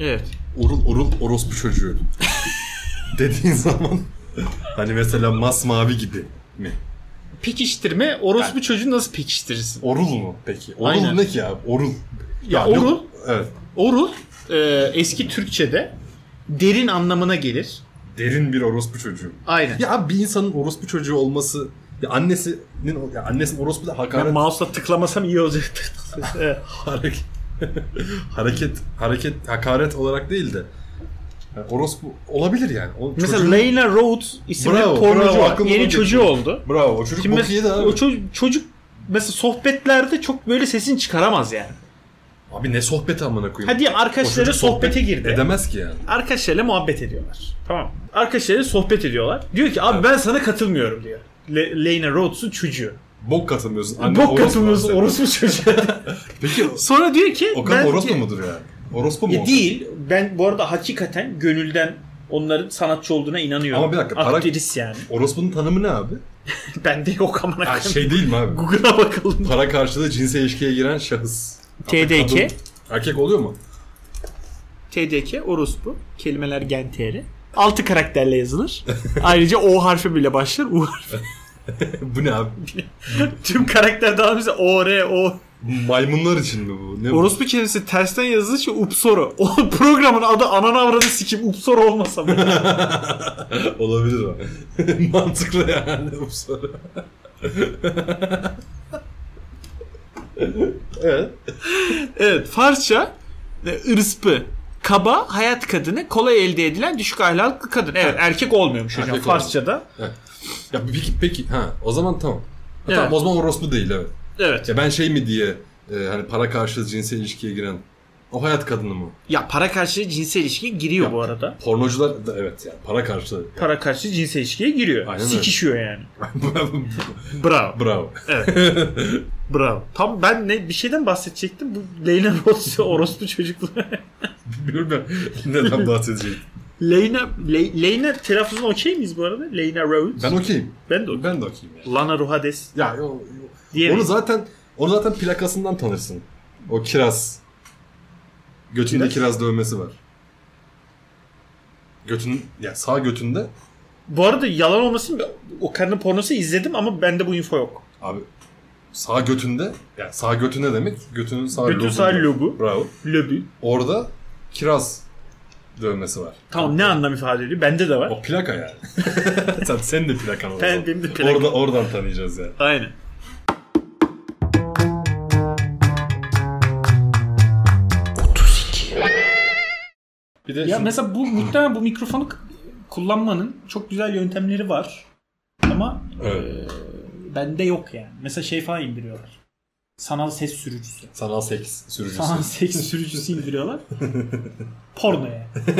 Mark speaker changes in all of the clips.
Speaker 1: Evet.
Speaker 2: Orul orul orospu çocuğu. Dediğin zaman hani mesela masmavi gibi mi?
Speaker 1: Pekiştirme orospu çocuğu nasıl pekiştirirsin?
Speaker 2: Orul mu peki? Orul
Speaker 1: Aynen.
Speaker 2: ne ki abi? Orul.
Speaker 1: Ya
Speaker 2: Yani-
Speaker 1: orul-
Speaker 2: Evet.
Speaker 1: Orul e, eski Türkçe'de derin anlamına gelir.
Speaker 2: Derin bir orospu çocuğu.
Speaker 1: Aynen.
Speaker 2: Ya abi bir insanın orospu çocuğu olması ya annesinin ya annesinin orospu da
Speaker 3: Ben
Speaker 2: hakaret
Speaker 3: mouse'la tıklamasam iyi olacaktı. Evet.
Speaker 2: hareket hareket hareket hakaret olarak değil de yani orospu olabilir yani. O
Speaker 1: Mesela
Speaker 2: çocuğun-
Speaker 1: Leyna Rhodes isimli
Speaker 2: Bravo,
Speaker 1: pornocu
Speaker 2: bravo,
Speaker 1: var.
Speaker 2: aklıma
Speaker 1: Yeni
Speaker 2: geldi.
Speaker 1: çocuğu oldu.
Speaker 2: Bravo o çocuk
Speaker 1: Şimdi
Speaker 2: bok yedi
Speaker 1: mesela,
Speaker 2: abi.
Speaker 1: o ço- çocuk mesela sohbetlerde çok böyle sesini çıkaramaz yani.
Speaker 2: Abi ne sohbeti amına koyayım.
Speaker 1: Ha diyelim arkadaşları
Speaker 2: çocuk sohbet
Speaker 1: sohbete girdi.
Speaker 2: Edemez ki yani.
Speaker 1: Arkadaşlarıyla muhabbet ediyorlar. Tamam. Arkadaşlarıyla sohbet ediyorlar. Diyor ki abi ben sana katılmıyorum diyor. Le- Leyna Rhodes'un çocuğu.
Speaker 2: Bok katılmıyorsun. Anne
Speaker 1: Bok
Speaker 2: orospu
Speaker 1: katılmıyorsun
Speaker 2: abi.
Speaker 1: Hani orospu çocuğu.
Speaker 2: Peki
Speaker 1: Sonra diyor ki
Speaker 2: Okan
Speaker 1: ben-
Speaker 2: orospu mudur yani? Orospu mu?
Speaker 1: Ya
Speaker 2: Okan?
Speaker 1: değil. Ben bu arada hakikaten gönülden onların sanatçı olduğuna inanıyorum.
Speaker 2: Ama bir dakika, para-
Speaker 1: Aktriz yani.
Speaker 2: Orospunun tanımı ne abi?
Speaker 1: Bende yok amına
Speaker 2: Ha,
Speaker 1: koyayım.
Speaker 2: şey değil mi abi?
Speaker 1: Google'a bakalım.
Speaker 2: Para karşılığı cinsel ilişkiye giren şahıs.
Speaker 1: TDK.
Speaker 2: Kadın- Erkek oluyor mu?
Speaker 1: TDK orospu. Kelimeler gen TR. Altı karakterle yazılır. Ayrıca O harfi bile başlar. U harfi.
Speaker 2: bu ne abi?
Speaker 1: Tüm karakter dağılmışsa O, R, O.
Speaker 2: Maymunlar için mi bu? Ne bu?
Speaker 1: Orospu kelimesi tersten yazıldığı için Upsoro. O programın adı ananı avradı sikim. Upsoro olmasa mı?
Speaker 2: Olabilir o. Mantıklı yani bu soru. evet.
Speaker 1: Evet Farsça e, ırspı. Kaba hayat kadını kolay elde edilen düşük ahlaklı kadın. Evet erkek olmuyormuş hocam
Speaker 2: Erkek
Speaker 1: Farsça'da.
Speaker 2: Ya peki, peki ha o zaman tamam. Ha, Tamam
Speaker 1: Evet.
Speaker 2: o zaman orospu değil evet.
Speaker 1: Evet.
Speaker 2: Ya ben şey mi diye e, hani para karşılığı cinsel ilişkiye giren o hayat kadını mı?
Speaker 1: Ya para karşılığı cinsel ilişkiye giriyor bu arada.
Speaker 2: Pornocular da evet yani para karşılığı.
Speaker 1: Para karşılığı cinsel ilişkiye giriyor.
Speaker 2: Aynen öyle.
Speaker 1: Sikişiyor yani. Bravo.
Speaker 2: Bravo.
Speaker 1: Bravo. Tam ben ne bir şeyden bahsedecektim. Bu Leyla Rossi orospu çocukluğu.
Speaker 2: Bilmiyorum ben neden bahsedeceğim.
Speaker 1: Leyna Le- Leyna telaffuzuna okey miyiz bu arada? Leyna Rhodes.
Speaker 2: Ben okeyim.
Speaker 1: Ben de okey.
Speaker 2: Ben de okeyim yani.
Speaker 1: Lana Ruhades
Speaker 2: Ya yo, yo. onu
Speaker 1: diyemeyiz.
Speaker 2: zaten onu zaten plakasından tanırsın. O kiraz. Götünde
Speaker 1: Kiraz?
Speaker 2: kiraz, dövmesi var. Götün ya sağ götünde
Speaker 1: Bu arada yalan olmasın o karının pornosu izledim ama bende bu info yok.
Speaker 2: abi sağ götünde ya sağ götü ne demek? Götünün sağ
Speaker 1: Götün
Speaker 2: lobu
Speaker 1: sağ
Speaker 2: diyor.
Speaker 1: lobu.
Speaker 2: Bravo.
Speaker 1: Löbü.
Speaker 2: Orada kiraz dövmesi var.
Speaker 1: Tamam ne anlam ifade ediyor? Bende de var.
Speaker 2: O plaka yani. sen, sen de plakan o
Speaker 1: Ben,
Speaker 2: zaman.
Speaker 1: benim de plaka.
Speaker 2: Orada, oradan tanıyacağız yani.
Speaker 1: Aynen.
Speaker 2: Bir de
Speaker 1: Ya
Speaker 2: şu-
Speaker 1: mesela bu muhtemelen bu mikrofonu k- kullanmanın çok güzel yöntemleri var. Ama
Speaker 2: Evet.
Speaker 1: e, bende yok yani. Mesela şey falan indiriyorlar. Sanal ses sürücüsü.
Speaker 2: sanal seks sürücüsü.
Speaker 1: Sanal ses sürücüsü indiriyorlar. Porno yani.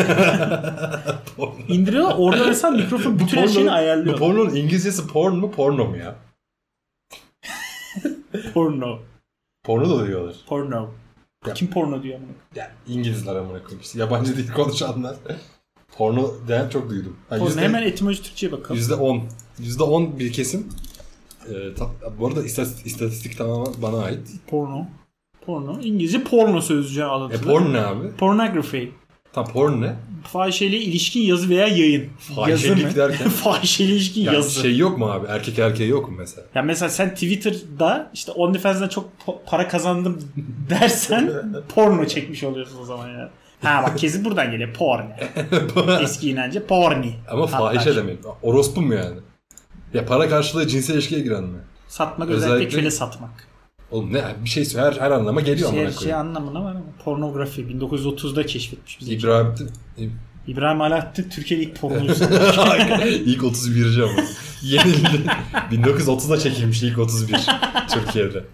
Speaker 1: İndiriyorlar. Orada mesela mikrofon bütün her şeyini ayarlıyor.
Speaker 2: Bu pornonun İngilizcesi porn mu porno mu ya?
Speaker 1: porno.
Speaker 2: Porno da diyorlar.
Speaker 1: Porno. Kim porno diyor amına?
Speaker 2: Yani İngilizler amına koyayım. İşte Yabancı dil konuşanlar. porno diyen çok duydum. Yani
Speaker 1: Porno
Speaker 2: yüzde-
Speaker 1: hemen etimoloji Türkçe'ye bakalım.
Speaker 2: Yüzde on. Yüzde on bir kesim. Ee, ta- bu arada istat- istatistik tamamen bana ait.
Speaker 1: Porno. Porno. İngilizce porno sözcüğü
Speaker 2: E
Speaker 1: alıntı.
Speaker 2: porn ne abi?
Speaker 1: Pornography.
Speaker 2: Tam porn ne?
Speaker 1: Fahişeliğe ilişkin yazı veya yayın.
Speaker 2: Fahişelik
Speaker 1: yazı mı?
Speaker 2: derken?
Speaker 1: Fahişeliğe ilişkin
Speaker 2: Yani
Speaker 1: yazı.
Speaker 2: şey yok mu abi? Erkek erkeğe yok mu mesela?
Speaker 1: Ya mesela sen Twitter'da işte OnlyFans'dan çok po- para kazandım dersen porno çekmiş oluyorsun o zaman ya. Ha bak kesin buradan geliyor. Porn. Eski inancı porni.
Speaker 2: Ama
Speaker 1: Hatta
Speaker 2: fahişe demek. Orospu mu yani? Ya para karşılığı cinsel ilişkiye giren mi?
Speaker 1: Satmak
Speaker 2: Özellikle-
Speaker 1: özellikle, köle satmak.
Speaker 2: Oğlum ne bir şey her her anlama geliyor
Speaker 1: Şey,
Speaker 2: amına
Speaker 1: şey
Speaker 2: koyayım.
Speaker 1: anlamına var ama pornografi 1930'da keşfetmiş bizi.
Speaker 2: İbrahim
Speaker 1: İbrahim Alaaddin Türkiye'nin ilk pornocusu.
Speaker 2: ilk 31. ama. Yenildi. 1930'da çekilmiş ilk 31 Türkiye'de.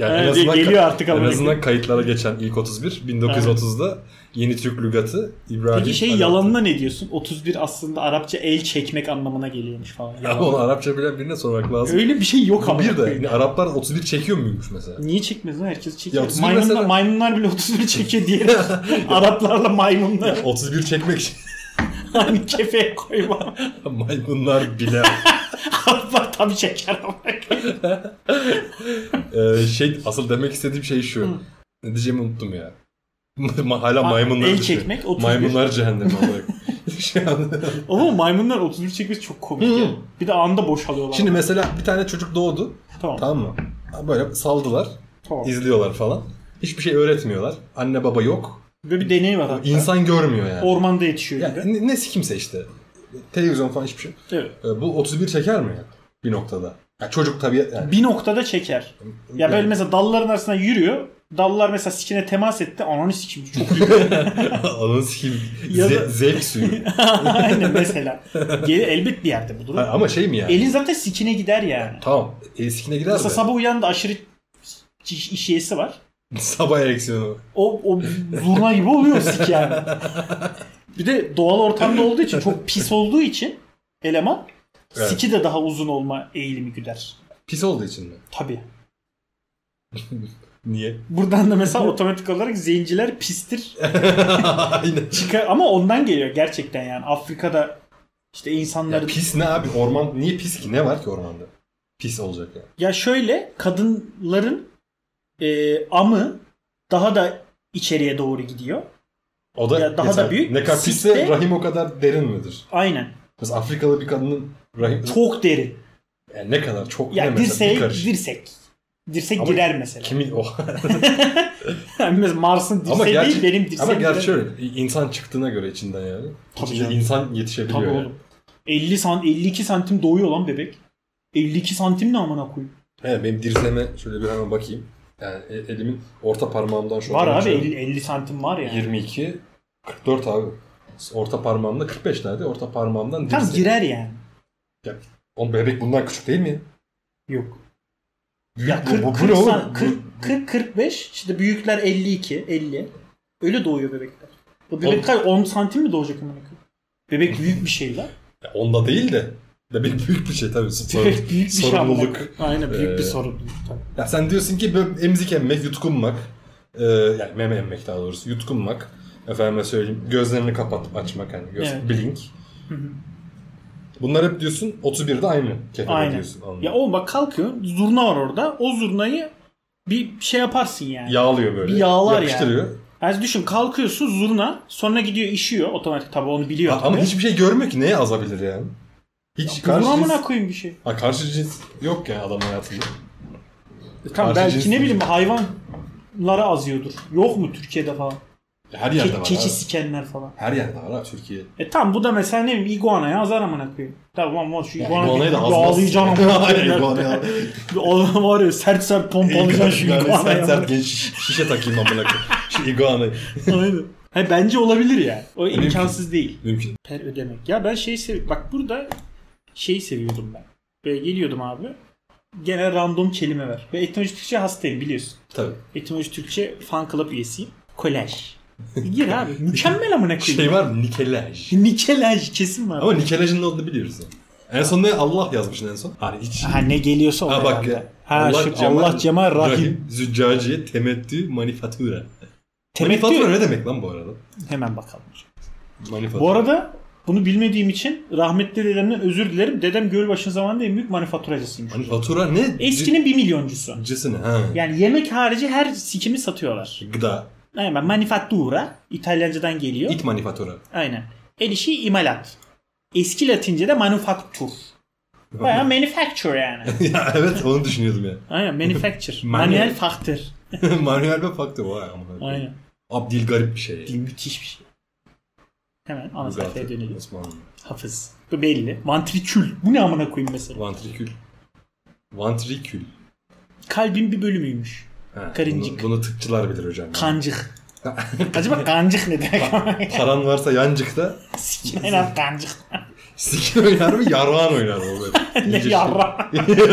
Speaker 2: Yani
Speaker 1: Evet, geliyor artık
Speaker 2: En
Speaker 1: ama.
Speaker 2: azından kayıtlara geçen ilk 31 1930'da yeni Türk lügatı İbrahim.
Speaker 1: Peki şey
Speaker 2: Alat.
Speaker 1: yalanına ne diyorsun? 31 aslında Arapça el çekmek anlamına geliyormuş falan.
Speaker 2: Ya onu Arapça bilen birine sormak lazım.
Speaker 1: Öyle bir şey yok ama.
Speaker 2: bir de yani Araplar 31 çekiyor muymuş mesela?
Speaker 1: Niye çekmez lan? Herkes çekiyor.
Speaker 2: Ya 31
Speaker 1: Maymunlar,
Speaker 2: mesela-
Speaker 1: maymunlar bile 31 çekiyor diye Araplarla maymunlar
Speaker 2: 31 çekmek için
Speaker 1: hani kefeye koyma.
Speaker 2: maymunlar bile
Speaker 1: Araplar tabii çeker ama.
Speaker 2: Ee, şey asıl demek istediğim şey şu. Ne diyeceğimi unuttum ya. Ma- Hala
Speaker 1: Ma-
Speaker 2: maymunlar
Speaker 1: el
Speaker 2: düşüyor.
Speaker 1: çekmek 31.
Speaker 2: Maymunlar cehennemi olarak. Şey anladın mı?
Speaker 1: Ama maymunlar 31 çekmesi çok komik
Speaker 2: Hı.
Speaker 1: ya. Bir de anda boşalıyorlar.
Speaker 2: Şimdi mesela bir tane çocuk doğdu.
Speaker 1: tamam.
Speaker 2: Tamam mı? Böyle saldılar.
Speaker 1: tamam.
Speaker 2: izliyorlar falan. Hiçbir şey öğretmiyorlar. Anne baba yok.
Speaker 1: Böyle bir deney var hatta.
Speaker 2: İnsan görmüyor yani.
Speaker 1: Ormanda yetişiyor
Speaker 2: Ya
Speaker 1: gibi.
Speaker 2: ne, nesi kimse işte. Televizyon falan hiçbir şey. yok.
Speaker 1: Evet.
Speaker 2: Ee, Bu 31 çeker mi ya? Bir noktada. Ya çocuk tabii yani.
Speaker 1: Bir noktada çeker. Ya böyle mesela dalların arasında yürüyor. Dallar mesela sikine temas etti. Ananı sikim. Çok iyi.
Speaker 2: Ananı sikeyim.
Speaker 1: Ya da-
Speaker 2: Ze- zevk suyu.
Speaker 1: Aynen mesela. Geri elbet bir yerde bu durum.
Speaker 2: Ha, ama şey mi yani?
Speaker 1: Elin zaten sikine gider yani.
Speaker 2: Tamam. Eskine gider
Speaker 1: Mesela
Speaker 2: mi?
Speaker 1: sabah uyandı aşırı iş- işiyesi var.
Speaker 2: Sabah ereksiyonu.
Speaker 1: O, o zurna gibi oluyor sik yani. Bir de doğal ortamda olduğu için çok pis olduğu için eleman
Speaker 2: Evet.
Speaker 1: siki de daha uzun olma eğilimi güder.
Speaker 2: Pis olduğu için mi?
Speaker 1: Tabii.
Speaker 2: Niye?
Speaker 1: Buradan da mesela otomatik olarak zenciler pistir.
Speaker 2: Aynen.
Speaker 1: Çıkar ama ondan geliyor gerçekten yani. Afrika'da işte
Speaker 2: Ya
Speaker 1: insanların
Speaker 2: pis ne abi? Orman niye pis ki? Ne var ki ormanda? Pis olacak yani.
Speaker 1: Ya şöyle kadınların e, amı daha da içeriye doğru gidiyor.
Speaker 2: O da
Speaker 1: Ya daha da
Speaker 2: yeter.
Speaker 1: büyük.
Speaker 2: Ne kadar
Speaker 1: Sis
Speaker 2: pisse
Speaker 1: de-
Speaker 2: rahim o kadar derin midir?
Speaker 1: Aynen.
Speaker 2: Mesela Afrikalı bir kadının rahim
Speaker 1: Çok derin.
Speaker 2: yani ne kadar çok ne
Speaker 1: Ya
Speaker 2: mesela
Speaker 1: dirseğe
Speaker 2: bir karış.
Speaker 1: dirsek. Dirsek
Speaker 2: Ama
Speaker 1: girer mesela.
Speaker 2: Kimin o?
Speaker 1: Yani mesela Mars'ın
Speaker 2: ama
Speaker 1: dirseği
Speaker 2: gerçi,
Speaker 1: değil benim dirseğim.
Speaker 2: ama gerçi
Speaker 1: girer.
Speaker 2: şöyle insan çıktığına göre içinden yani.
Speaker 1: Tabii
Speaker 2: İçinde
Speaker 1: canım.
Speaker 2: insan yetişebiliyor.
Speaker 1: Tabii
Speaker 2: yani.
Speaker 1: oğlum. 50 san 52 santim doğuyor lan bebek. 52 santim ne amına koyayım?
Speaker 2: He, benim dirseğime şöyle bir hemen bakayım. Yani e- elimin orta parmağımdan şu
Speaker 1: Var
Speaker 2: an
Speaker 1: abi
Speaker 2: şöyle
Speaker 1: 50, 50 santim var ya.
Speaker 2: 22 44 abi. Orta parmağımda 45 nerede? Orta parmağımdan
Speaker 1: Tam
Speaker 2: dirsek.
Speaker 1: girer yani.
Speaker 2: Oğlum bebek bundan küçük değil mi?
Speaker 1: Yok.
Speaker 2: Büyük
Speaker 1: Ya 40,
Speaker 2: bu, bu,
Speaker 1: 40,
Speaker 2: ne oğlum?
Speaker 1: san- 40, 40 45 işte büyükler 52 50. Öyle doğuyor bebekler. Bu
Speaker 2: Oğlum.
Speaker 1: bebek kaç 10 santim mi doğacak amına koyayım? Bebek büyük bir şey lan.
Speaker 2: Ya onda değil de. Bebek büyük bir şey tabii. Sorun,
Speaker 1: Bebek büyük bir şey amına
Speaker 2: sorumluluk.
Speaker 1: koyayım. Aynen büyük
Speaker 2: Ee,
Speaker 1: bir sorumluluk. tabii.
Speaker 2: Ya sen diyorsun ki böyle emzik emmek, yutkunmak, e, yani meme emmek daha doğrusu, yutkunmak, efendime söyleyeyim, gözlerini kapatıp açmak hani göz,
Speaker 1: Evet.
Speaker 2: blink.
Speaker 1: Hı hı.
Speaker 2: Bunlar hep diyorsun 31'de aynı kefede
Speaker 1: Aynen.
Speaker 2: diyorsun. anladın
Speaker 1: Ya
Speaker 2: mı?
Speaker 1: oğlum bak kalkıyor zurna var orada. O zurnayı bir şey yaparsın yani.
Speaker 2: Yağlıyor böyle.
Speaker 1: Bir yağlar
Speaker 2: yapıştırıyor.
Speaker 1: Yani düşün kalkıyorsun zurna sonra gidiyor işiyor otomatik tabii onu biliyor.
Speaker 2: Ya ama
Speaker 1: tabii.
Speaker 2: hiçbir şey görmüyor ki neye azabilir yani. Hiç karşı
Speaker 1: Zurna
Speaker 2: cins,
Speaker 1: amına koyayım bir şey.
Speaker 2: ha, karşı cins yok ya adam hayatında.
Speaker 1: Tamam
Speaker 2: Karşı
Speaker 1: belki
Speaker 2: cins-
Speaker 1: ne bileyim hayvanlara azıyordur. Yok mu Türkiye'de falan?
Speaker 2: Her yerde
Speaker 1: Ke-
Speaker 2: var
Speaker 1: keçi
Speaker 2: abi.
Speaker 1: sikenler falan.
Speaker 2: Her yerde var abi Türkiye.
Speaker 1: E tam bu da mesela ne bileyim iguanaya azar amına koyayım. Tamam lan şu iguanayı
Speaker 2: İguanayı da azmaz.
Speaker 1: yağlayacaksın amına
Speaker 2: Aynen,
Speaker 1: koyayım.
Speaker 2: iguanayı al.
Speaker 1: Oğlum var ya sert sert pompalayacaksın şu
Speaker 2: Yani
Speaker 1: iguanayı.
Speaker 2: sert
Speaker 1: amına
Speaker 2: sert genç şiş- şişe takayım amına koyayım. Şu iguanayı.
Speaker 1: koyayım. Aynen. He, bence olabilir yani. O
Speaker 2: Mümkün.
Speaker 1: imkansız değil.
Speaker 2: Mümkün.
Speaker 1: Per ödemek. Ya ben şey sev bak burada şeyi seviyordum ben. Böyle geliyordum abi. Gene random kelime ver. Ve etimoloji Türkçe hastayım biliyorsun.
Speaker 2: Tabii.
Speaker 1: Etimoloji Türkçe fan club üyesiyim. Kolaj. Gir abi. Mükemmel amına koyayım.
Speaker 2: Şey var mı? Nikelaj.
Speaker 1: Nikelaj kesin var.
Speaker 2: Ama nikelajın ne olduğunu biliyoruz. ya. En son ne? Allah yazmışsın en son. Hani hiç.
Speaker 1: Ha ne geliyorsa o
Speaker 2: Ha bak
Speaker 1: herhalde.
Speaker 2: ya.
Speaker 1: Ha Allah, şu, Allah Cemal Rahim.
Speaker 2: Züccaciye temettü manifatura. Manifatura
Speaker 1: Temettü.
Speaker 2: ne demek lan bu arada?
Speaker 1: Hemen bakalım.
Speaker 2: Manifatura.
Speaker 1: Bu arada bunu bilmediğim için rahmetli dedemden özür dilerim. Dedem Gölbaşı zamanında en büyük manifaturacısıymış.
Speaker 2: Manifatura ne?
Speaker 1: Eskinin bir milyoncusu.
Speaker 2: Cısı ne? Ha.
Speaker 1: Yani yemek harici her sikimi satıyorlar.
Speaker 2: Gıda.
Speaker 1: Aynen manifattura İtalyancadan geliyor.
Speaker 2: İt manifatura.
Speaker 1: Aynen. El işi imalat. Eski Latince'de manufaktur. Baya manufacture yani.
Speaker 2: ya evet onu düşünüyordum ya.
Speaker 1: Aynen manufacture.
Speaker 2: Manuel.
Speaker 1: Manuel faktör.
Speaker 2: Manuel ve faktör vay amına.
Speaker 1: Aynen.
Speaker 2: Abdil garip bir şey.
Speaker 1: Dil müthiş bir şey. Hemen ana
Speaker 2: Zaten
Speaker 1: sayfaya dönelim.
Speaker 2: Osmanlı.
Speaker 1: Hafız. Bu belli. Vantrikül. Bu ne amına koyayım mesela?
Speaker 2: Vantrikül. Vantrikül.
Speaker 1: Kalbin bir bölümüymüş.
Speaker 2: Ha,
Speaker 1: Karıncık.
Speaker 2: Bunu, bunu tıpçılar bilir hocam.
Speaker 1: Kancık. Acaba kancık ne demek?
Speaker 2: Paran varsa yancıkta
Speaker 1: Sikine lan kancık.
Speaker 2: Sikin oynar mı? Yarvan oynar mı?
Speaker 1: Ne yarrağın?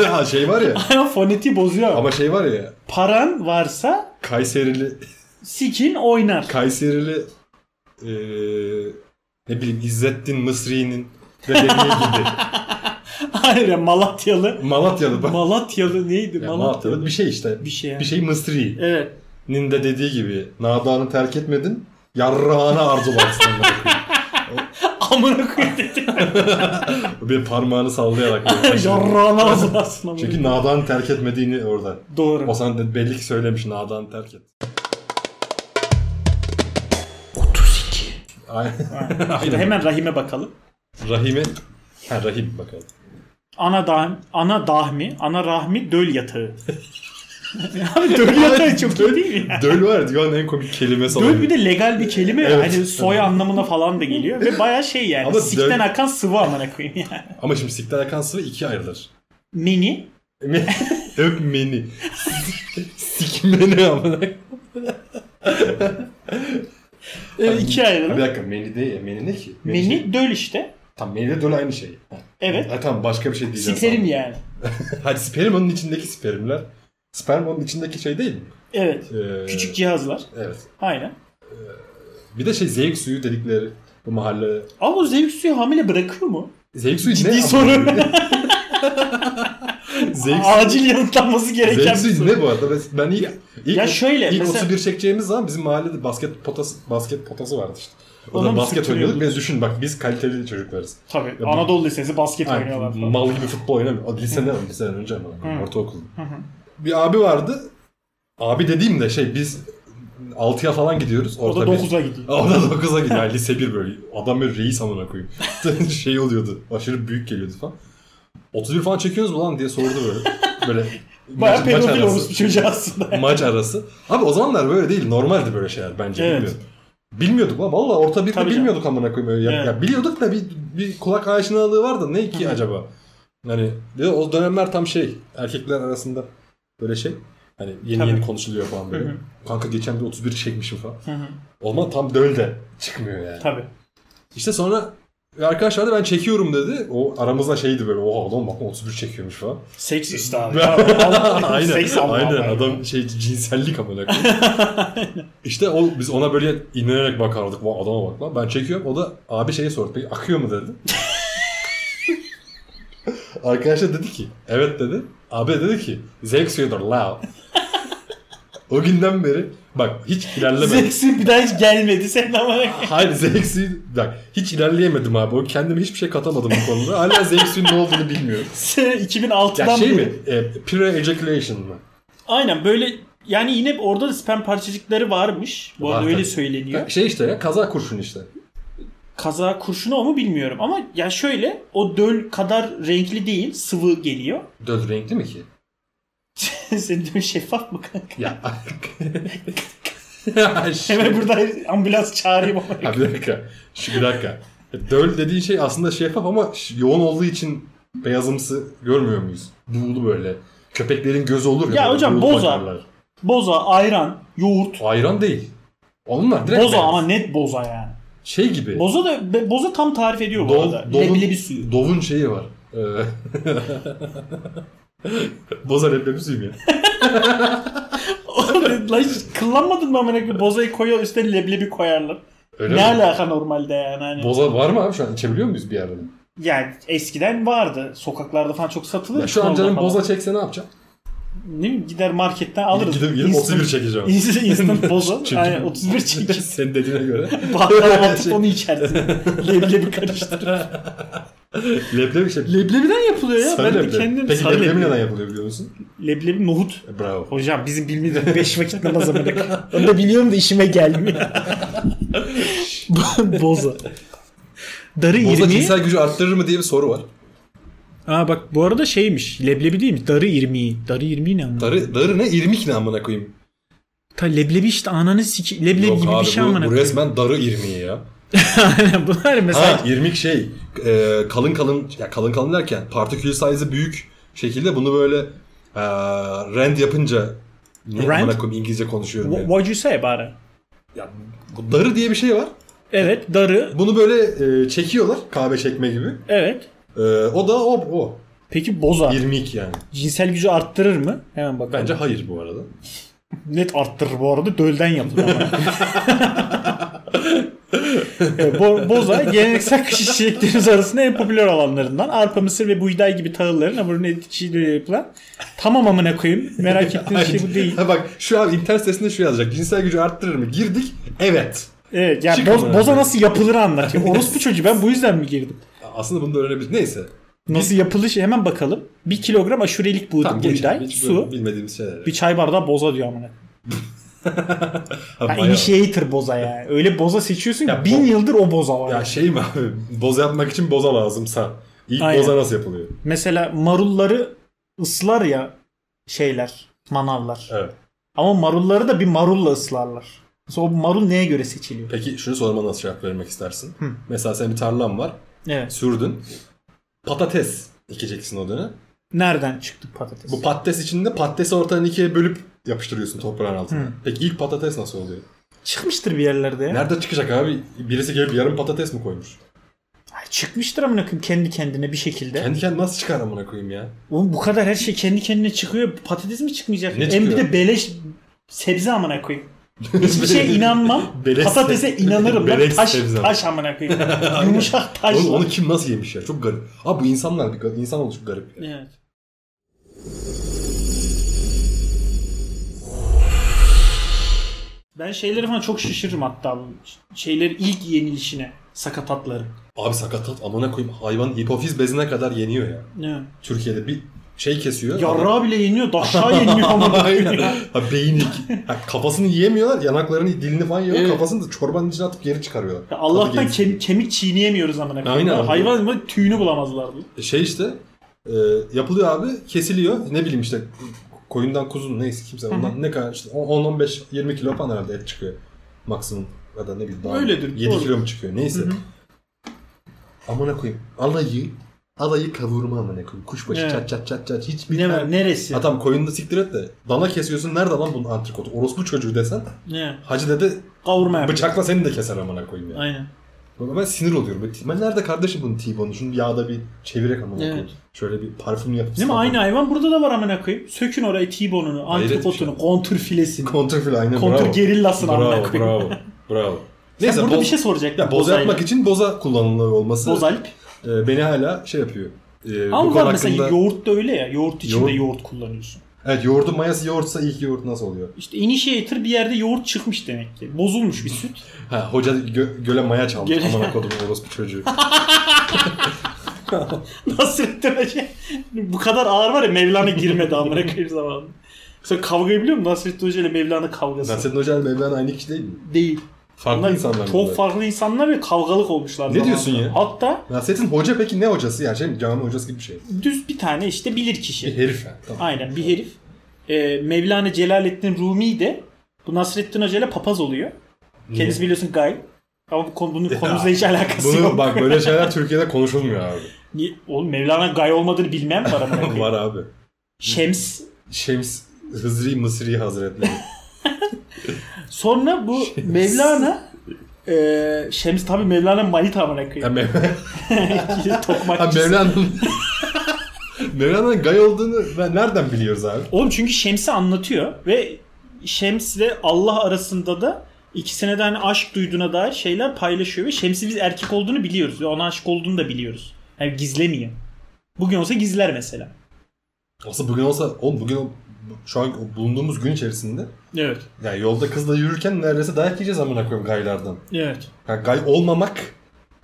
Speaker 2: yarvan? şey var ya.
Speaker 1: Ama fonetiği bozuyor.
Speaker 2: Ama şey var ya.
Speaker 1: Paran varsa
Speaker 2: Kayserili
Speaker 1: sikin oynar.
Speaker 2: Kayserili eee ne bileyim İzzettin Mısri'nin de dediği gibi.
Speaker 1: Hayır ya Malatyalı.
Speaker 2: Malatyalı bak.
Speaker 1: Malatyalı neydi?
Speaker 2: Ya Malatyalı
Speaker 1: Malatyalı
Speaker 2: bir şey işte.
Speaker 1: bir
Speaker 2: Bir,
Speaker 1: şey. yani.
Speaker 2: şey Mısri'nin
Speaker 1: Evet.
Speaker 2: de dediği gibi. Nadanı terk etmedin. Yarrağına arzularsın.
Speaker 1: Amına koyayım dedi.
Speaker 2: bir parmağını sallayarak. böyle taşıyor.
Speaker 1: Yarrağına ağzına aslında.
Speaker 2: Çünkü Nadan'ı terk etmediğini orada.
Speaker 1: Doğru.
Speaker 2: O sana de- belli ki söylemiş Nadan'ı terk et. 32.
Speaker 1: Şimdi hemen rahime bakalım.
Speaker 2: Rahime. Ha Rahim bakalım.
Speaker 1: Ana dahmi, ana dahmi, ana rahmi döl yatağı. Abi döl yatağı çok iyi değil mi? ya?
Speaker 2: Döl var ya dünyanın en komik kelimesi
Speaker 1: Döl
Speaker 2: olabilir.
Speaker 1: bir de legal bir kelime.
Speaker 2: Evet.
Speaker 1: Hani soy anlamına falan da geliyor. Ve baya şey yani.
Speaker 2: Ama
Speaker 1: sikten
Speaker 2: döl-
Speaker 1: akan sıvı amına koyayım yani.
Speaker 2: Ama şimdi siktir akan sıvı ikiye ayrılır.
Speaker 1: Mini.
Speaker 2: Öpmeni. Sikmeni ama.
Speaker 1: E, iki
Speaker 2: Bir
Speaker 1: ayrılır.
Speaker 2: dakika meni değil ya. Meni ne ki? şey-
Speaker 1: Mini döl işte.
Speaker 2: Tamam meni de döl aynı şey. Ha.
Speaker 1: Evet.
Speaker 2: Ha, tamam başka bir şey diyeceğim.
Speaker 1: Siterim
Speaker 2: sana.
Speaker 1: yani.
Speaker 2: Hadi sperm onun içindeki spermler. Sperm onun içindeki şey değil mi?
Speaker 1: Evet.
Speaker 2: Ee,
Speaker 1: Küçük şey. cihazlar.
Speaker 2: Evet.
Speaker 1: Aynen.
Speaker 2: Bir de şey zevk suyu dedikleri bu mahalle.
Speaker 1: Ama o zevk suyu hamile bırakıyor mu?
Speaker 2: Zevk suyu ne?
Speaker 1: Ciddi soru.
Speaker 2: zevk suyu.
Speaker 1: Acil yanıtlanması gereken
Speaker 2: Zevk
Speaker 1: bir
Speaker 2: suyu
Speaker 1: soru.
Speaker 2: ne bu arada? Ben- Ben ilk, ilk
Speaker 1: Ya şöyle,
Speaker 2: ilk
Speaker 1: mesela-
Speaker 2: 31 çekeceğimiz zaman bizim mahallede basket potası basket potası vardı işte. O
Speaker 1: Ona
Speaker 2: da
Speaker 1: mı
Speaker 2: basket
Speaker 1: sürtünüyordu?
Speaker 2: oynuyorduk. Biz düşün bak biz kaliteli çocuklarız.
Speaker 1: Tabii.
Speaker 2: bu-
Speaker 1: Anadolu Lisesi basket
Speaker 2: Aynen,
Speaker 1: oynuyorlar falan.
Speaker 2: mal gibi futbol oynamıyor. O lisede ama liseden önce ama
Speaker 1: Hı.
Speaker 2: ortaokul.
Speaker 1: Hı hı.
Speaker 2: Bir abi vardı. Abi dediğim de şey biz 6'ya falan gidiyoruz.
Speaker 1: O da
Speaker 2: Orada
Speaker 1: 9'a gidiyor.
Speaker 2: O da 9'a gidiyor. Yani lise 1 böyle. Adam böyle reis amına koyayım. şey oluyordu. Aşırı büyük geliyordu falan. 31 falan çekiyoruz mu lan diye sordu böyle. Böyle
Speaker 1: Baya pedofil
Speaker 2: arası.
Speaker 1: olmuş bir çocuğu aslında.
Speaker 2: maç arası. Abi o zamanlar böyle değil. Normaldi böyle şeyler bence.
Speaker 1: Evet.
Speaker 2: Bilmiyorduk. Bilmiyorduk lan. Valla orta bir de
Speaker 1: Tabii
Speaker 2: bilmiyorduk amına koyayım. öyle. Ya,
Speaker 1: Evet.
Speaker 2: ya biliyorduk da bir, bir kulak aşinalığı var da ne ki acaba? Hani bir de o dönemler tam şey erkekler arasında böyle şey. Hani yeni
Speaker 1: Tabii.
Speaker 2: yeni konuşuluyor falan böyle.
Speaker 1: Hı hı.
Speaker 2: Kanka geçen bir 31 çekmişim falan.
Speaker 1: Hı hı.
Speaker 2: Olma tam dölde çıkmıyor yani.
Speaker 1: Tabii.
Speaker 2: İşte sonra bir arkadaş vardı ben çekiyorum dedi. O aramızda şeydi böyle oha adam bak 31 çekiyormuş falan.
Speaker 1: Seks işte abi.
Speaker 2: aynen.
Speaker 1: Seks Allah'ım
Speaker 2: aynen.
Speaker 1: abi.
Speaker 2: Adam şey cinsellik amına koyayım. işte o biz ona böyle inerek bakardık. Vay adama bak lan. Ben çekiyorum. O da abi şeyi sordu. Peki akıyor mu dedi. Arkadaşlar dedi ki evet dedi. Abi dedi ki zevk suyudur la. o günden beri bak hiç ilerlemedim.
Speaker 1: Seksin bir daha hiç gelmedi senin amına
Speaker 2: Hayır zevk suyu bak hiç ilerleyemedim abi. O kendime hiçbir şey katamadım bu konuda. Hala zevk suyunun ne olduğunu bilmiyorum.
Speaker 1: Sen
Speaker 2: Ya
Speaker 1: 2006'dan
Speaker 2: şey
Speaker 1: beri.
Speaker 2: mi? E, pre ejaculation mı?
Speaker 1: Aynen böyle yani yine orada da sperm parçacıkları varmış. Bu arada
Speaker 2: Var
Speaker 1: öyle
Speaker 2: tabii.
Speaker 1: söyleniyor.
Speaker 2: Şey işte ya kaza kurşun işte.
Speaker 1: Kaza kurşunu o mu bilmiyorum ama ya şöyle o döl kadar renkli değil sıvı geliyor.
Speaker 2: Döl renkli mi ki?
Speaker 1: Senin döl şeffaf mı kanka?
Speaker 2: Ya. Ya şey-
Speaker 1: Hemen buradan ambulans çağırayım ama.
Speaker 2: Ha, bir dakika. Şu bir dakika. Döl dediğin şey aslında şeffaf ama ş- yoğun olduğu için beyazımsı görmüyor muyuz? Buğulu böyle. Köpeklerin gözü olur ya.
Speaker 1: Ya
Speaker 2: böyle
Speaker 1: hocam,
Speaker 2: buğulu
Speaker 1: boza.
Speaker 2: bakarlar.
Speaker 1: Boza, ayran, yoğurt.
Speaker 2: Ayran değil. Onlar direkt
Speaker 1: Boza
Speaker 2: beyaz.
Speaker 1: ama net boza yani.
Speaker 2: Şey gibi.
Speaker 1: Boza da be- boza tam tarif ediyor bu
Speaker 2: Dov-
Speaker 1: arada.
Speaker 2: dovun-
Speaker 1: Leblebi suyu.
Speaker 2: Dovun şeyi var. Ee, boza leblebi suyu mu ya?
Speaker 1: Lan hiç kıllanmadın mı amına koyayım? Bozayı koyuyor üstüne leblebi koyarlar.
Speaker 2: Öyle
Speaker 1: ne
Speaker 2: mi?
Speaker 1: alaka normalde yani hani.
Speaker 2: Boza var mı abi şu an? İçebiliyor muyuz bir yerden?
Speaker 1: yani eskiden vardı. Sokaklarda falan çok satılır.
Speaker 2: Ya şu an
Speaker 1: Kolda
Speaker 2: canım
Speaker 1: falan.
Speaker 2: boza çekse ne yapacağım?
Speaker 1: Ne bileyim, gider marketten alırız.
Speaker 2: Gidip gidip
Speaker 1: Instant-
Speaker 2: 31 çekeceğim.
Speaker 1: Instant, instant boza.
Speaker 2: Çünkü-
Speaker 1: Yani 31 çekiş.
Speaker 2: Senin dediğine göre.
Speaker 1: Baklava atıp
Speaker 2: Şey-
Speaker 1: onu içersin. leblebi karıştır.
Speaker 2: Leblebi şey.
Speaker 1: Leblebiden yapılıyor ya.
Speaker 2: Sarı
Speaker 1: ben de
Speaker 2: leblebi.
Speaker 1: kendim
Speaker 2: Peki
Speaker 1: sarı
Speaker 2: leblebi
Speaker 1: leblebi.
Speaker 2: neden yapılıyor biliyor musun?
Speaker 1: Leblebi nohut.
Speaker 2: E, Bravo.
Speaker 1: Hocam bizim bilmediğimiz 5 vakit namaz amına koyayım. Onu da biliyorum da işime gelmiyor. boza. Darı
Speaker 2: Boza
Speaker 1: irmiği.
Speaker 2: cinsel gücü arttırır mı diye bir soru var.
Speaker 1: Aa bak bu arada şeymiş. Leblebi değilmiş. Darı irmiği. Darı irmiği ne anlamı?
Speaker 2: Darı, darı ne? İrmik ne amına koyayım?
Speaker 1: Ta leblebi işte ananı siki. Leblebi
Speaker 2: Yok
Speaker 1: gibi
Speaker 2: abi
Speaker 1: bir şey
Speaker 2: bu,
Speaker 1: amına
Speaker 2: bu
Speaker 1: koyayım.
Speaker 2: resmen darı irmiği ya.
Speaker 1: Aynen bunlar mesela.
Speaker 2: Ha irmik şey e, kalın kalın ya kalın kalın derken partikül size'ı büyük şekilde bunu böyle e, rend yapınca Niye
Speaker 1: Rand?
Speaker 2: amına koyayım İngilizce konuşuyorum
Speaker 1: Wh-
Speaker 2: ya.
Speaker 1: What'd you say bari?
Speaker 2: Ya, bu darı diye bir şey var.
Speaker 3: Evet darı.
Speaker 2: Bunu böyle e, çekiyorlar kahve çekme gibi.
Speaker 3: Evet.
Speaker 2: E, o da o, o.
Speaker 1: Peki boza
Speaker 2: 22 yani.
Speaker 1: cinsel gücü arttırır mı? Hemen bakalım.
Speaker 2: Bence hayır bu arada.
Speaker 1: Net arttırır bu arada. Dölden yapılır ama. Evet, E, bo- boza geleneksel kış çiçeklerimiz arasında en popüler olanlarından. Arpa, mısır ve buğday gibi tahılların abone ediciliğiyle yapılan. Tamam amına koyayım. Merak ettiğiniz şey bu değil.
Speaker 2: Ha bak şu an internet sitesinde şu yazacak. Cinsel gücü arttırır mı? Girdik. Evet.
Speaker 1: Evet yani
Speaker 2: Çık
Speaker 1: boz-
Speaker 2: amına
Speaker 1: boza
Speaker 2: koyayım.
Speaker 1: nasıl yapılır anlatıyor. Orospu çocuğu ben bu yüzden mi girdim?
Speaker 2: Aslında bunu da öğrenebiliriz. Neyse.
Speaker 1: Nasıl yapılışı hemen bakalım. 1 kilogram aşurelik buğday,
Speaker 2: Tamam geçelim.
Speaker 1: buğday,
Speaker 2: Hiç böyle
Speaker 1: su,
Speaker 2: Bilmediğimiz şeyler.
Speaker 1: bir çay bardağı boza diyor amına.
Speaker 2: Ha,
Speaker 1: Ya
Speaker 2: bayağı-
Speaker 1: initiator boza ya. Öyle boza seçiyorsun ki
Speaker 2: Ya
Speaker 1: bin
Speaker 2: bo-
Speaker 1: yıldır o boza var.
Speaker 2: Ya şey mi abi? Boza yapmak için boza lazımsa. İlk
Speaker 1: Aynen.
Speaker 2: boza nasıl yapılıyor?
Speaker 1: Mesela marulları ıslar ya şeyler, manavlar.
Speaker 2: Evet.
Speaker 1: Ama marulları da bir marulla ıslarlar. Mesela o marul neye göre seçiliyor?
Speaker 2: Peki şunu sormana nasıl cevap vermek istersin?
Speaker 1: Hı.
Speaker 2: Mesela senin bir tarlan var.
Speaker 1: Evet.
Speaker 2: Sürdün. Patates ekeceksin odunu.
Speaker 1: Nereden çıktı patates?
Speaker 2: Bu patates içinde patatesi ortadan ikiye bölüp yapıştırıyorsun toprağın altına.
Speaker 1: Hı.
Speaker 2: Peki ilk patates nasıl oluyor?
Speaker 1: Çıkmıştır bir yerlerde ya.
Speaker 2: Nerede çıkacak abi? Birisi gelip yarım patates mi koymuş?
Speaker 1: Ay, çıkmıştır amına koyayım kendi kendine bir şekilde.
Speaker 2: Kendi kendine nasıl çıkar amına koyayım ya?
Speaker 1: Oğlum bu kadar her şey kendi kendine çıkıyor. Patates mi çıkmayacak?
Speaker 2: Ne
Speaker 1: Hem bir
Speaker 2: çıkıyor?
Speaker 1: de beleş sebze amına koyayım. Hiçbir şeye inanmam.
Speaker 2: Beleş
Speaker 1: Patatese
Speaker 2: sebze.
Speaker 1: inanırım. lan.
Speaker 2: Beleş
Speaker 1: taş,
Speaker 2: sebze.
Speaker 1: taş amına koyayım. Yumuşak taş.
Speaker 2: Onu,
Speaker 1: lan.
Speaker 2: onu kim nasıl yemiş ya? Çok garip. Abi bu insanlar bir garip. İnsan oluşu garip. ya.
Speaker 1: Evet. Ben şeyleri falan çok şaşırırım hatta bu şeylerin ilk yenilişine sakatatların.
Speaker 2: Abi sakatat amına koyayım hayvan hipofiz bezine kadar yeniyor ya.
Speaker 1: Ne?
Speaker 2: Türkiye'de bir şey kesiyor.
Speaker 1: Yarrağı bile yeniyor, daşağı yeniliyor ama.
Speaker 2: Aynen. Ha, beyni. Ha, kafasını yiyemiyorlar. Yanaklarını, dilini falan yiyor.
Speaker 1: Evet.
Speaker 2: Kafasını da çorbanın içine atıp geri çıkarıyorlar.
Speaker 1: Ya Allah'tan
Speaker 2: Tadı gelsin.
Speaker 1: kem- kemik çiğneyemiyoruz amına koyayım.
Speaker 2: Aynen abi.
Speaker 1: Hayvan mı tüyünü bulamazlar. bu.
Speaker 2: Şey işte e, yapılıyor abi. Kesiliyor. Ne bileyim işte koyundan kuzun neyse kimse. Ondan ne kadar işte 10-15-20 kilo falan herhalde et çıkıyor. Maksimum. Ya da ne bileyim daha
Speaker 1: Öyledir,
Speaker 2: 7
Speaker 1: doğru.
Speaker 2: kilo mu çıkıyor neyse.
Speaker 1: Hı hı.
Speaker 2: Amına koyayım. Alayı alayı kavurma amına koyayım. Kuşbaşı
Speaker 1: Evet.
Speaker 2: çat çat çat çat. Hiç
Speaker 1: Ne
Speaker 2: bilmem.
Speaker 1: var, neresi?
Speaker 2: Ha tamam koyunu da siktir et de. Dana kesiyorsun. Nerede lan bunun antrikotu? Orospu çocuğu desen.
Speaker 1: Ne?
Speaker 2: Hacı dede
Speaker 1: Kavurma yap.
Speaker 2: bıçakla seni de keser amına koyayım ya.
Speaker 1: Aynen.
Speaker 2: Ben sinir oluyorum. Ben nerede kardeşim bunun T-bone'u? Şunu bir yağda bir çevirerek amına
Speaker 1: Evet.
Speaker 2: koyayım. Şöyle bir parfüm yapıp.
Speaker 1: Değil mi?
Speaker 2: sıkalım.
Speaker 1: Aynı hayvan burada da var amına koyayım. Sökün oraya T-bone'unu,
Speaker 2: Hayret bir
Speaker 1: antrikotunu,
Speaker 2: şey.
Speaker 1: kontur filesini,
Speaker 2: Kontrfil aynen
Speaker 1: kontur
Speaker 2: bravo.
Speaker 1: gerillasını amına
Speaker 2: Bravo
Speaker 1: koyayım.
Speaker 2: bravo bravo.
Speaker 1: Neyse, burada
Speaker 2: boz-
Speaker 1: bir şey soracak.
Speaker 2: ya, boza yapmak için boza kullanılıyor olması
Speaker 1: Bozalp.
Speaker 2: e, beni hala şey yapıyor. E, bu
Speaker 1: Ama
Speaker 2: konu
Speaker 1: var mesela
Speaker 2: hakkında-
Speaker 1: yoğurt da öyle ya. Yoğurt içinde
Speaker 2: Yoğurt-
Speaker 1: yoğurt, kullanıyorsun.
Speaker 2: Evet yoğurdun mayası yoğurtsa ilk yoğurt nasıl oluyor?
Speaker 1: İşte initiator bir yerde yoğurt çıkmış demek ki. Bozulmuş bir süt.
Speaker 2: Ha hoca gö- göle maya çalmış.
Speaker 1: Göle-
Speaker 2: Aman akodum orospu çocuğu.
Speaker 1: Nasrettin Hoca bu kadar ağır var ya Mevlana girmedi amına koyayım zamanında. Sen kavgayı biliyor musun? Nasrettin Hoca ile Mevlana kavgası.
Speaker 2: Nasreddin Hoca ile Mevlana aynı kişi değil mi?
Speaker 1: Değil.
Speaker 2: Farklı
Speaker 1: Bunlar
Speaker 2: insanlar.
Speaker 1: çok
Speaker 2: bunlar.
Speaker 1: farklı insanlar ve kavgalık olmuşlar.
Speaker 2: Ne
Speaker 1: zamanında.
Speaker 2: diyorsun ya?
Speaker 1: Hatta
Speaker 2: Nasrettin Hoca peki ne hocası yani? Şey mi? Cami hocası gibi bir şey.
Speaker 1: düz bir tane işte bilir
Speaker 2: Bir
Speaker 1: kişi.
Speaker 2: herif yani. Tamam.
Speaker 1: Aynen bir herif. Ee, Mevlana Celaleddin Rumi de bu Nasrettin Hoca ile papaz oluyor.
Speaker 2: Niye?
Speaker 1: Kendisi biliyorsun gay. Ama bu konu, bunun
Speaker 2: Ya,
Speaker 1: konumuzla hiç alakası yok.
Speaker 2: Bunu bak böyle şeyler Türkiye'de konuşulmuyor abi.
Speaker 1: Niye? Oğlum Mevlana gay olmadığını bilmem var amına koyayım.
Speaker 2: Var abi.
Speaker 1: Şems.
Speaker 2: Şems Hızri Mısri Hazretleri.
Speaker 1: Sonra bu Mevlana e, Şems tabi Mevlana manita amına
Speaker 2: ha,
Speaker 1: koyayım.
Speaker 2: Mev- ha,
Speaker 1: Tokmakçısı.
Speaker 2: Mevlana'nın Mevlana'nın gay olduğunu ben nereden biliyoruz abi?
Speaker 1: Oğlum çünkü Şems'i anlatıyor ve Şems ile Allah arasında da ikisine de hani aşk duyduğuna dair şeyler paylaşıyor ve Şems'i biz erkek olduğunu biliyoruz ve ona aşık olduğunu da biliyoruz. Yani gizlemiyor. Bugün olsa gizler mesela.
Speaker 2: Aslında bugün olsa oğlum bugün o- şu an bulunduğumuz gün içerisinde
Speaker 1: Evet.
Speaker 2: yani yolda kızla yürürken neredeyse dayak yiyeceğiz amına koyayım gaylardan.
Speaker 1: Evet.
Speaker 2: Ya gay olmamak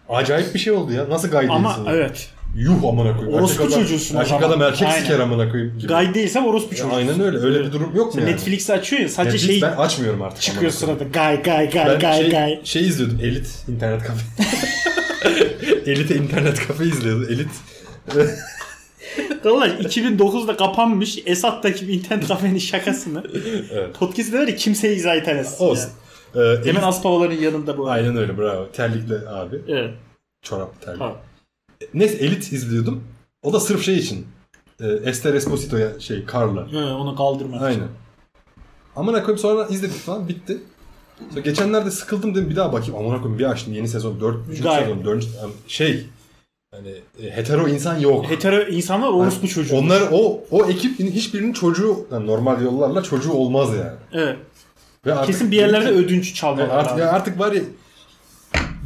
Speaker 2: acayip bir şey oldu ya. Nasıl gay
Speaker 1: Ama
Speaker 2: değilsin?
Speaker 1: evet.
Speaker 2: Yuh amına koyayım.
Speaker 1: Orospu
Speaker 2: Erkek adam-
Speaker 1: çocuğusun o
Speaker 2: Erkek
Speaker 1: zaman.
Speaker 2: adam erkek
Speaker 1: Aynen.
Speaker 2: siker amına koyayım. gibi.
Speaker 1: Gay değilsem orospu
Speaker 2: Ya
Speaker 1: çocuğu.
Speaker 2: E, aynen öyle. Öyle bir durum yok mu yani?
Speaker 1: Netflix'i açıyor ya sadece
Speaker 2: Netflix
Speaker 1: şey
Speaker 2: ben açmıyorum artık.
Speaker 1: çıkıyor
Speaker 2: amına koyayım.
Speaker 1: sırada. Gay gay gay
Speaker 2: Ben
Speaker 1: gay
Speaker 2: şey,
Speaker 1: gay.
Speaker 2: şey izliyordum. Elit internet kafe. Elite internet kafe izliyordum. Elit.
Speaker 1: Valla 2009'da kapanmış Esat'taki bir internet kafenin şakasını.
Speaker 2: Evet.
Speaker 1: Podcast'te var ya kimseye izah edemezsin.
Speaker 2: Olsun.
Speaker 1: ya.
Speaker 2: Ee, elit-
Speaker 1: Hemen Aspavaların yanında bu.
Speaker 2: Aynen öyle bravo. Terlikle abi.
Speaker 1: Evet.
Speaker 2: Çoraplı terlik.
Speaker 1: Tamam.
Speaker 2: Neyse elit izliyordum. O da sırf şey için. Ee, Esther Esposito'ya şey Carla.
Speaker 1: He, onu kaldırmak için.
Speaker 2: Aynen. Amına koyayım sonra izledik falan bitti. Sonra geçenlerde sıkıldım dedim bir daha bakayım. Amına koyayım bir açtım yeni sezon 4.
Speaker 1: Gayet.
Speaker 2: sezon 4. şey yani e, hetero insan yok.
Speaker 1: Hetero insanlar orospu
Speaker 2: Yani
Speaker 1: çocuğu.
Speaker 2: Onlar o o ekibin hiçbirinin çocuğu yani normal yollarla çocuğu olmaz yani.
Speaker 1: Evet.
Speaker 2: Ve artık-
Speaker 1: Kesin bir yerlerde ödünç
Speaker 2: yani
Speaker 1: çalmalar.
Speaker 2: artık,
Speaker 1: abi.
Speaker 2: yani artık var ya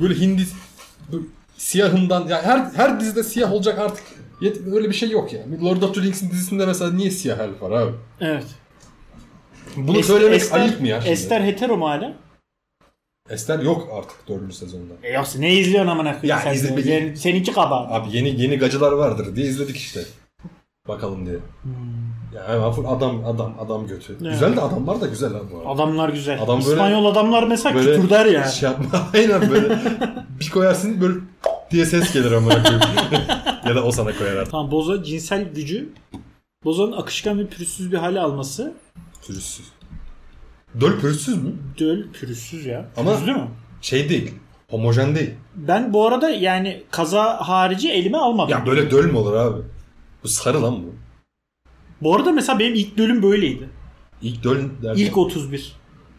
Speaker 2: böyle hindi bu siyahından ya her her dizide siyah olacak artık yet, öyle bir şey yok yani. Lord of the Rings'in dizisinde mesela niye siyah elf var abi?
Speaker 1: Evet.
Speaker 2: Bunu
Speaker 1: Ester-
Speaker 2: söylemek
Speaker 1: Ester-
Speaker 2: ayıp mı ya? şimdi?
Speaker 1: Ester hetero mu hala?
Speaker 2: Ester yok artık dördüncü sezonda.
Speaker 1: E yoksa ne izliyorsun amına koyayım
Speaker 2: Ya
Speaker 1: sen?
Speaker 2: izle-
Speaker 1: de? Yani seninki kaba.
Speaker 2: Abi yeni yeni gacılar vardır diye izledik işte. Bakalım diye. Ya hemen full adam adam adam götü.
Speaker 1: Evet.
Speaker 2: Güzel de adamlar da güzel ha bu arada.
Speaker 1: Adamlar güzel.
Speaker 2: Adam böyle-
Speaker 1: İspanyol adamlar mesela
Speaker 2: Böyle
Speaker 1: kütürdar ya.
Speaker 2: Şey yapma. Aynen böyle bir koyarsın böyle diye ses gelir ama. ya da o sana koyar artık.
Speaker 1: Tamam boza cinsel gücü bozanın akışkan ve pürüzsüz bir hale alması
Speaker 2: Pürüzsüz. Döl pürüzsüz mü?
Speaker 1: döl pürüzsüz ya.
Speaker 2: Ama-
Speaker 1: Pürüzlü mü?
Speaker 2: Şey değil. Homojen değil.
Speaker 1: Ben bu arada yani kaza harici elime almadım.
Speaker 2: Ya böyle döl mü olur abi? Bu sarı lan bu.
Speaker 1: Bu arada mesela benim ilk dölüm böyleydi.
Speaker 2: İlk döl derken.
Speaker 1: İlk 31.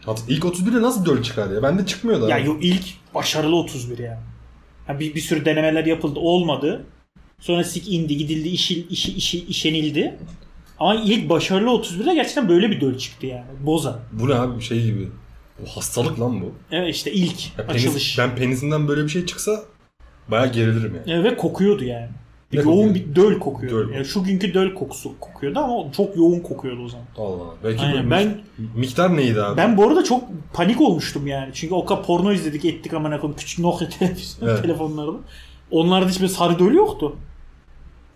Speaker 2: Hat- ilk 31'e nasıl döl çıkar ya? Bende çıkmıyordu abi.
Speaker 1: Ya yo, ilk başarılı 31 ya. Ha, bir, bir sürü denemeler yapıldı olmadı. Sonra sik indi gidildi işi, işi, işi, işenildi. Ama ilk başarılı 31'de gerçekten böyle bir döl çıktı yani. Boza.
Speaker 2: Bu ne abi şey gibi. Bu hastalık lan bu.
Speaker 1: Evet işte ilk
Speaker 2: Ya penis-
Speaker 1: açılış.
Speaker 2: ben penisimden böyle bir şey çıksa bayağı gerilirim yani.
Speaker 1: E, ve kokuyordu yani.
Speaker 2: Ne
Speaker 1: yoğun
Speaker 2: kokuyordu?
Speaker 1: bir döl kokuyordu.
Speaker 2: Döl.
Speaker 1: Yani şu günkü döl kokusu kokuyordu ama o çok yoğun kokuyordu o zaman.
Speaker 2: Allah Allah. Belki
Speaker 1: Aynen,
Speaker 2: bu-
Speaker 1: ben
Speaker 2: miktar neydi abi?
Speaker 1: ben bu arada çok panik olmuştum yani. Çünkü o kadar porno izledik ettik amına koyayım küçük Nokia televizyon
Speaker 2: Evet.
Speaker 1: telefonlarda. Onlarda hiçbir sarı döl yoktu.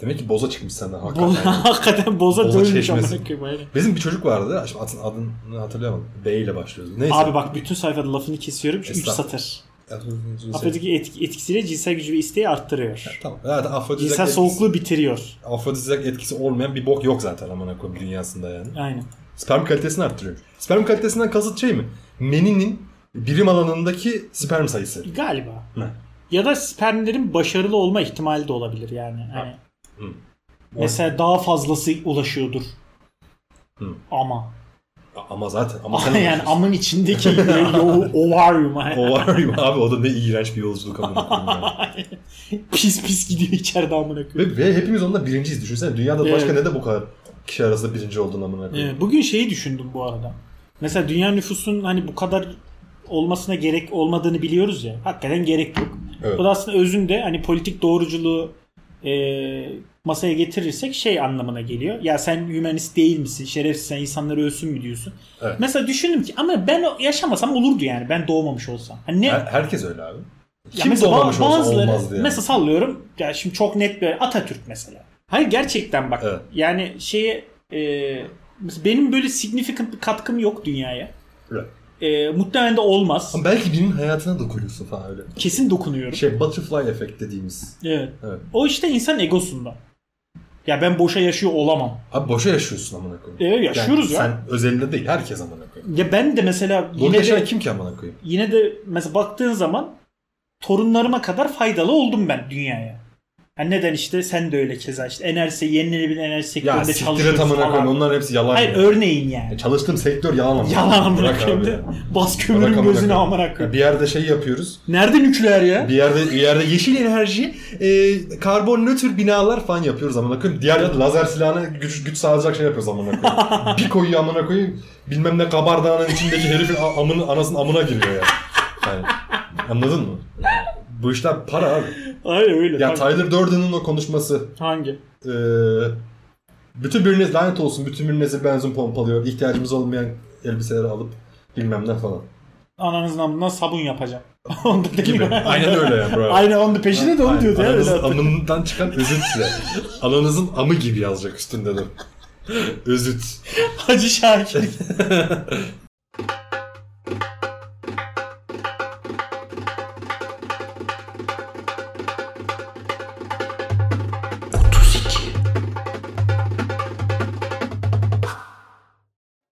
Speaker 2: Demek ki boza çıkmış senden hakikaten.
Speaker 1: Boza, hakikaten boza,
Speaker 2: Boza
Speaker 1: dölmüş amına
Speaker 2: çeşmesi.
Speaker 1: koyayım. aynen.
Speaker 2: Bizim bir çocuk vardı. Şimdi atın adını hatırlayamadım. B ile başlıyordu. Neyse.
Speaker 1: Abi bak bütün sayfada lafını kesiyorum. 3
Speaker 2: Estağfurullah.
Speaker 1: satır.
Speaker 2: Afrodizyak.
Speaker 1: Afrodizyak etki- etkisiyle cinsel gücü ve isteği arttırıyor.
Speaker 2: Tamam. Zaten afrodizyak
Speaker 1: Cinsel
Speaker 2: etkisi,
Speaker 1: soğukluğu bitiriyor.
Speaker 2: afrodizyak etkisi olmayan bir bok yok zaten aman koyayım dünyasında yani.
Speaker 1: Aynen.
Speaker 2: Sperm kalitesini arttırıyor. Sperm kalitesinden kasıt şey mi? Meninin birim alanındaki sperm sayısı.
Speaker 1: Galiba.
Speaker 2: Hı.
Speaker 1: Ya da spermlerin başarılı olma ihtimali de olabilir yani. Hani
Speaker 2: Hı.
Speaker 1: Mesela daha fazlası ulaşıyordur.
Speaker 2: Hı.
Speaker 1: Ama.
Speaker 2: Ama zaten. Ama sen
Speaker 1: yani amın içindeki yo- ovaryum. hani
Speaker 2: O var ya abi o da ne iğrenç bir yolculuk amına koyayım yani.
Speaker 1: pis pis gidiyor içeride amına koyayım.
Speaker 2: ve, ve hepimiz onda birinciyiz düşünsene. Dünyada başka
Speaker 1: Evet.
Speaker 2: ne de bu kadar kişi arasında birinci olduğunu amına koyayım.
Speaker 1: Evet, Ee, bugün şeyi düşündüm bu arada. Mesela dünya nüfusunun hani bu kadar olmasına gerek olmadığını biliyoruz ya. Hakikaten gerek yok.
Speaker 2: Evet.
Speaker 1: Bu da aslında özünde hani politik doğruculuğu e, masaya getirirsek şey anlamına geliyor. Ya sen hümanist değil misin? Şerefsiz sen insanları ölsün mü diyorsun?
Speaker 2: Evet.
Speaker 1: Mesela düşündüm ki ama ben o- yaşamasam olurdu yani. Ben doğmamış olsam. Hani ne?
Speaker 2: Her- herkes öyle abi.
Speaker 1: Ya
Speaker 2: Kim
Speaker 1: mesela
Speaker 2: doğmamış olsa
Speaker 1: bazıları-
Speaker 2: olmazdı yani.
Speaker 1: Mesela sallıyorum. Ya şimdi çok net bir Atatürk mesela. Hayır gerçekten bak.
Speaker 2: Evet.
Speaker 1: Yani şeye e, mesela benim böyle significant bir katkım yok dünyaya.
Speaker 2: Evet.
Speaker 1: E, muhtemelen de olmaz.
Speaker 2: Ama belki birinin hayatına dokunuyorsun falan öyle.
Speaker 1: Kesin dokunuyorum.
Speaker 2: Şey butterfly efekt dediğimiz.
Speaker 1: Evet.
Speaker 2: Evet.
Speaker 1: O işte insan egosundan. Ya ben boşa yaşıyor olamam. E,
Speaker 2: Abi boşa yaşıyorsun amına koyayım.
Speaker 1: Evet, yaşıyoruz ya.
Speaker 2: Sen özelinde değil herkes amına koyayım.
Speaker 1: Ya ben de mesela
Speaker 2: Bunu
Speaker 1: yine
Speaker 2: yaşayan
Speaker 1: de,
Speaker 2: kim ki amına koyayım?
Speaker 1: yine de mesela baktığın zaman torunlarıma kadar faydalı oldum ben dünyaya. Yani neden işte sen de öyle keza işte enerji yenilenebilir enerji
Speaker 2: Ya
Speaker 1: sektöründe
Speaker 2: siktir et
Speaker 1: çalışıyorsun
Speaker 2: amına
Speaker 1: falan.
Speaker 2: koyayım onların hepsi yalan
Speaker 1: Hayır
Speaker 2: ya.
Speaker 1: örneğin yani.
Speaker 2: Ya Çalıştığım sektör yalan amına
Speaker 1: Yalan amına
Speaker 2: Bırak
Speaker 1: koyayım
Speaker 2: abi
Speaker 1: de.
Speaker 2: ya.
Speaker 1: Bas
Speaker 2: Bırak
Speaker 1: kömürün
Speaker 2: amına
Speaker 1: gözüne
Speaker 2: koyayım.
Speaker 1: amına
Speaker 2: Ya
Speaker 1: koyayım.
Speaker 2: Bir yerde şey yapıyoruz.
Speaker 1: Nerede nükleer ya?
Speaker 2: Bir yerde bir yerde yeşil enerji, e, karbon nötr binalar falan yapıyoruz amına koyayım. Diğer yerde lazer silahına güç, güç sağlayacak şey yapıyoruz amına koyayım. bir koyuyor amına koyayım. Bilmem ne kabar dağının içindeki herifin a- amını, anasının amına giriyor ya. Yani, anladın mı? Bu işler para abi.
Speaker 1: Hayır öyle.
Speaker 2: Ya
Speaker 1: tabii.
Speaker 2: Tyler Durden'ın o konuşması.
Speaker 1: Hangi?
Speaker 2: e, bütün biriniz lanet olsun, bütün birinize benzin pompalıyor. ihtiyacımız olmayan elbiseleri alıp bilmem ne falan.
Speaker 1: Ananızın amından sabun yapacağım. Onda değil
Speaker 2: Gibi.
Speaker 1: mi?
Speaker 2: Aynen öyle ya bravo.
Speaker 1: Aynen onda peşinde de onu diyordu ya.
Speaker 2: Ananızın
Speaker 1: öyle hatta.
Speaker 2: amından çıkan özüt size. Ananızın amı gibi yazacak üstünde de. özüt.
Speaker 1: Hacı Şakir.